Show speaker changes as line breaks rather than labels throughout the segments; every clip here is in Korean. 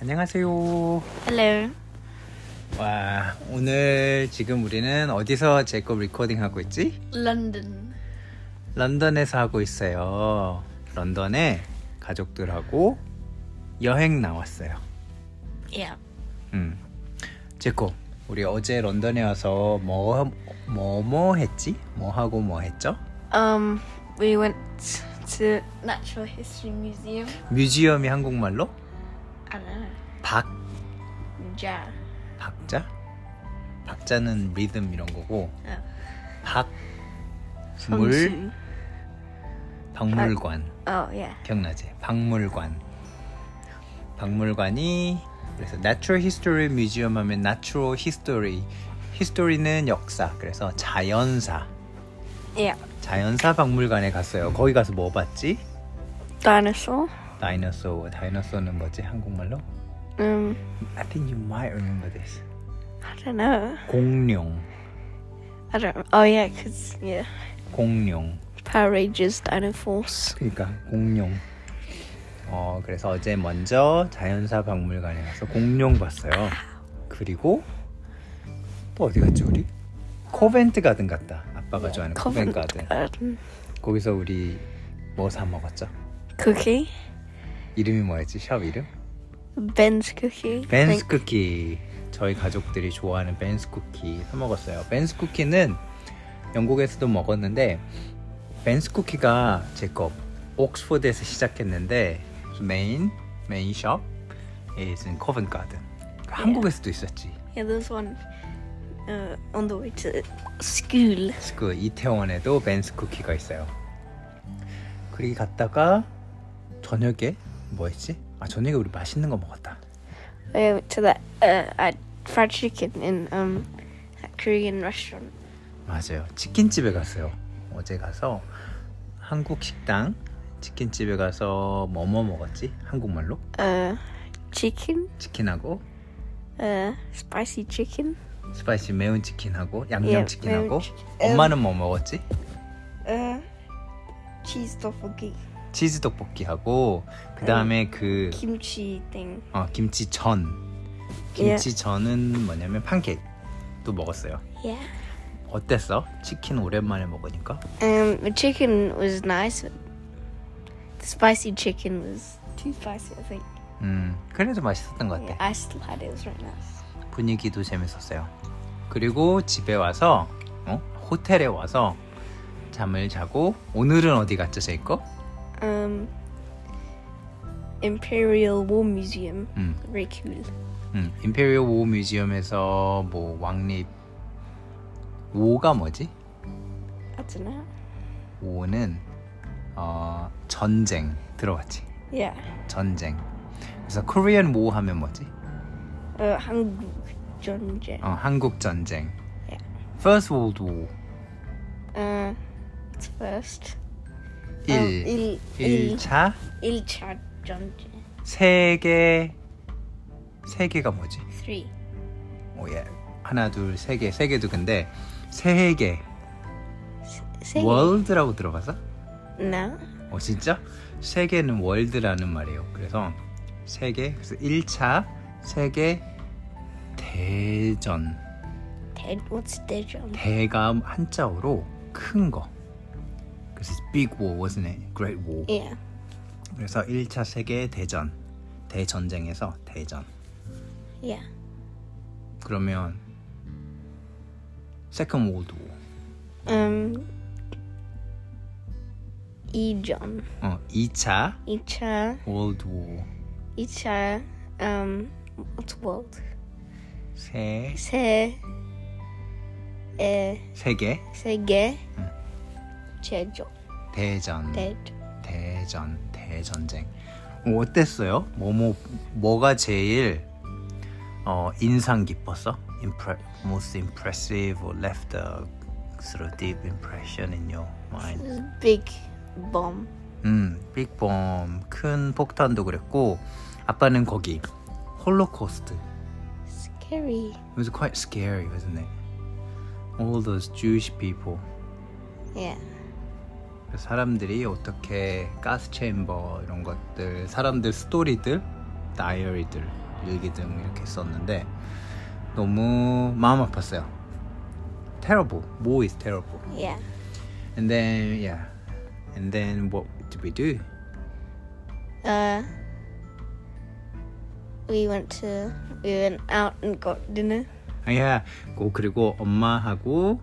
안녕하세요.
Hello.
와, 오늘 지금 우리는 어디서 제거 리코딩 하고 있지?
London.
런던에서 하고 있어요. 런던에 가족들하고 여행 나왔어요.
Yeah.
음. 제코, 우리 어제 런던에 와서 뭐, 뭐, 뭐 했지? 뭐 하고 뭐 했죠?
Um, we went to Natural History Museum.
뮤지엄이 한국말로
I don't know.
박,
Yeah.
박자? 박자는 리듬 이런 거고,
어.
박, 물, 박물관.
Oh yeah.
기억나지? 박물관. 박물관이 그래서 Natural History Museum 하면 Natural History, History는 역사. 그래서 자연사,
Yeah.
자연사 박물관에 갔어요. 거기 가서 뭐 봤지?
Dinosaur.
다이너소, 다이너소는 뭐지 한국말로?
Um,
I think you might remember this.
I don't know.
공룡,
I don't. Oh yeah, 'cause yeah,
공룡.
Power Rangers, Dino Force.
그러니까 공룡. 어 그래서 어제 먼저 자연사 박물관에 가서 공룡 봤어요. 그리고 또 어디 갔지 우리? 코벤트 가든 갔다. 아빠가 좋아하는 네, 코벤트 가든.
Covent Garden.
거기서 우리 뭐 사 먹었죠?
Cookie.
이름이 뭐였지? 샵 이름?
Ben's cookie.
벤스 쿠키. 저희 가족들이 좋아하는 벤스 쿠키 사 먹었어요. 벤스 쿠키는 영국에서도 먹었는데 벤스 쿠키가 제거 옥스포드에서 시작했는데 그 메인 메인 숍 is in Covent Garden. 그 한국에서도 있었지.
Yeah, there's one uh, on the way to school.
그 이태원에도 벤스 쿠키가 있어요. 그리고 갔다가 저녁에 뭐했지? 아 저녁에 우리 맛있는 거 먹었다.
I went Oh, to that uh, I had fried chicken in um that Korean restaurant.
맞아요. 치킨집에 갔어요. 어제 가서 한국 식당 치킨집에 가서 뭐 뭐 먹었지? 한국말로
Uh, chicken,
치킨하고
uh, spicy chicken.
스파이시 예, 매운 치킨하고 양념
매운
치킨하고
치킨.
엄마는 뭐 먹었지?
Uh, cheese tteokbokki,
치즈 떡볶이하고 그 다음에 그
kimchi thing.
어, 김치전 김치전은 뭐냐면 팬케이크 또 먹었어요.
Yeah.
어땠어? 치킨 오랜만에 먹으니까
Um, the chicken was nice. But the spicy chicken was too spicy, I think.
음 그래도 맛있었던 것
Yeah,
같아
I still had it. It was really nice.
분위기도 재밌었어요 그리고 집에 와서 어? 호텔에 와서 잠을 자고 오늘은 어디 갔죠 제이콥?
Um, Imperial War Museum.
음,
Very cool.
음. 임페리얼 워 뮤지엄에서 뭐 왕립 5가 뭐지?
I don't know.
5는 어, 전쟁 들어봤지
Yeah.
전쟁 그래서 코리안 워 하면 뭐지?
Uh, 한국 전쟁.
어, 한국 전쟁
예.
First World War
Uh, it's first. Um,
1
il, il,
1차
일차 전쟁.
세개 세개가 뭐지?
Three.
오, 예. 하나 둘세개세 개도 근데 세개
세 개.
월드라고 들어봤어?
No.
어 진짜? 세 개는 월드라는 말이에요. 그래서 세개 그래서 1차 세개 대전
대, what's 대전?
대가 한자어로 큰 거. 그래서 it's big war wasn't it? Great war.
Yeah.
그래서 1차 세계 대전 대전쟁에서 대전.
Yeah.
그러면 Second World War.
Um. E 이전.
어, 2차
이차.
World War
이차. Um. What's world?
세
세. 에.
세계
세계. 제조.
대전
대조.
대전 대전쟁. 어, 어땠어요? 뭐뭐 뭐가 제일 어, 인상 깊었어? Impre- most impressive or left a sort of deep impression in your mind.
This big bomb.
음, 빅bomb 큰 폭탄도 그랬고 아빠는 거기 홀로코스트.
Scary.
It was quite scary, wasn't it? All those Jewish people.
Yeah.
그래서 사람들이 어떻게 가스 챔버 이런 것들 사람들 스토리들 다이어리들 일기 등 이렇게 썼는데 너무 마음 아팠어요. Terrible. Mo is terrible.
Yeah.
And then yeah. And then what did we do?
Uh, we went to we went out and got dinner.
아야. 고 그리고 엄마하고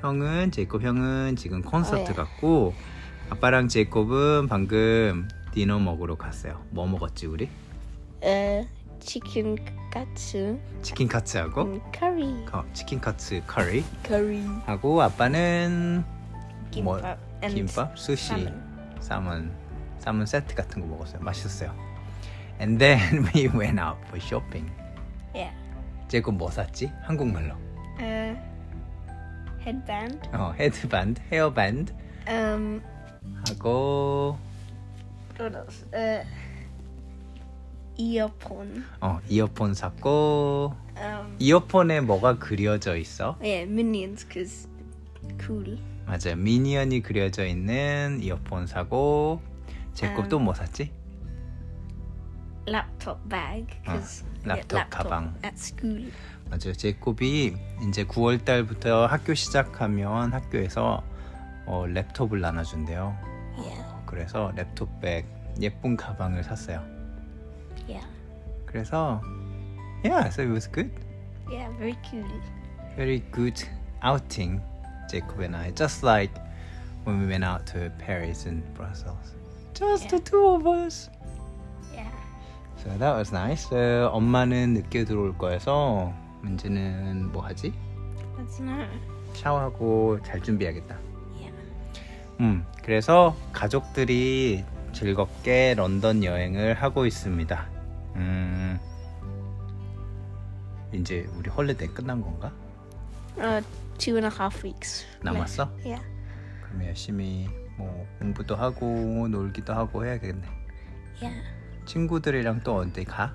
형은 제이콥 형은 지금 콘서트
어, 예.
갔고 아빠랑 제이콥은 방금 디너 먹으러 갔어요. 뭐 먹었지 우리?
Uh, chicken katsu
치킨 카츠하고
and curry.
어, 치킨 카츠 커리
Curry.
하고 아빠는 뭐,
Kimbap and
김밥, 수시,
salmon.
salmon, salmon 세트 같은 거 먹었어요. 맛있었어요. And then we went out for shopping.
Yeah.
제이콥 뭐 샀지? 한국말로.
Uh, headband.
어, 헤드밴드, 헤어밴드
Um,
하고
what else? Uh, earphone.
어, 이어폰 샀고
Um,
이어폰에 뭐가 그려져 있어?
yeah, minions, cause cool.
맞아요. 미니언이 그려져 있는 이어폰 사고 제이콥
음.
또뭐 샀지?
Laptop bag,
어,
cause
laptop 가방.
at school.
맞아요. 제이콥이 이제 9월 달부터 학교 시작하면 학교에서 어, 랩톱을 나눠준대요.
Yeah,
그래서 랩톱백 예쁜 가방을 샀어요.
yeah,
그래서 yeah, so it was good,
yeah. Very cool.
very good outing. Jacob and I, just like when we went out to Paris and Brussels, just the two of us.
Yeah.
So that was nice. So, 엄마는 늦게 들어올 거여서 문제는 뭐 하지?
That's not.
샤워하고 잘 준비해야겠다.
Yeah.
음, 그래서 가족들이 즐겁게 런던 여행을 하고 있습니다. 음, 이제 우리 헐리데이 끝난 건가?
Uh, two and a half weeks. left.
남았어?
Yeah.
그럼 열심히 뭐 공부도 하고 놀기도 하고 해야겠네.
Yeah.
친구들이랑 또 언제 가?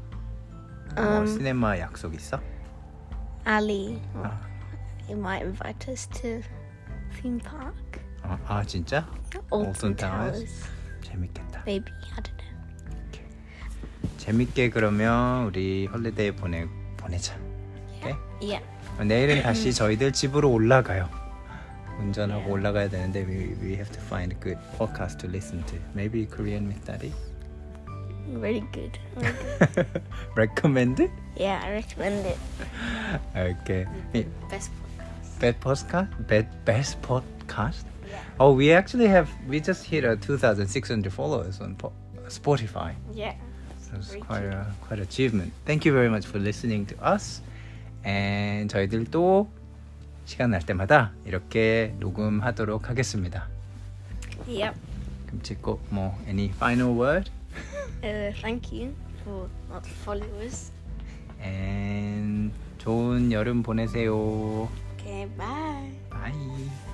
뭐
Um,
시네마 약속 있어?
Ali,
아,
he might invite us to theme park.
아, 아, 진짜?
Alton,
Alton Towers.
Towers.
재밌겠다.
Maybe I don't know.
재밌게 그러면 우리 헐리데이 보내 보내자. 오케이?
Yeah.
내일은 다시 저희들 집으로 올라가요. 운전하고 올라가야 되는데 we, we have to find a good podcast to listen to. Maybe Korean with Daddy.
Very good.
Recommended?
yeah, I recommend it.
Okay.
Best podcast.
Best podcast? Best, best podcast?
Yeah.
Oh, we actually have we just hit a 2,600 followers on po- Spotify.
Yeah.
That's
Very
quite a quite achievement. Thank you very much for listening to us. And 저희들도 시간 날 때마다 이렇게 녹음하도록 하겠습니다.
Yep.
그럼 제거 뭐 any final word
Uh, thank you for not followers.
and 좋은 여름 보내세요.
Okay, bye.
Bye.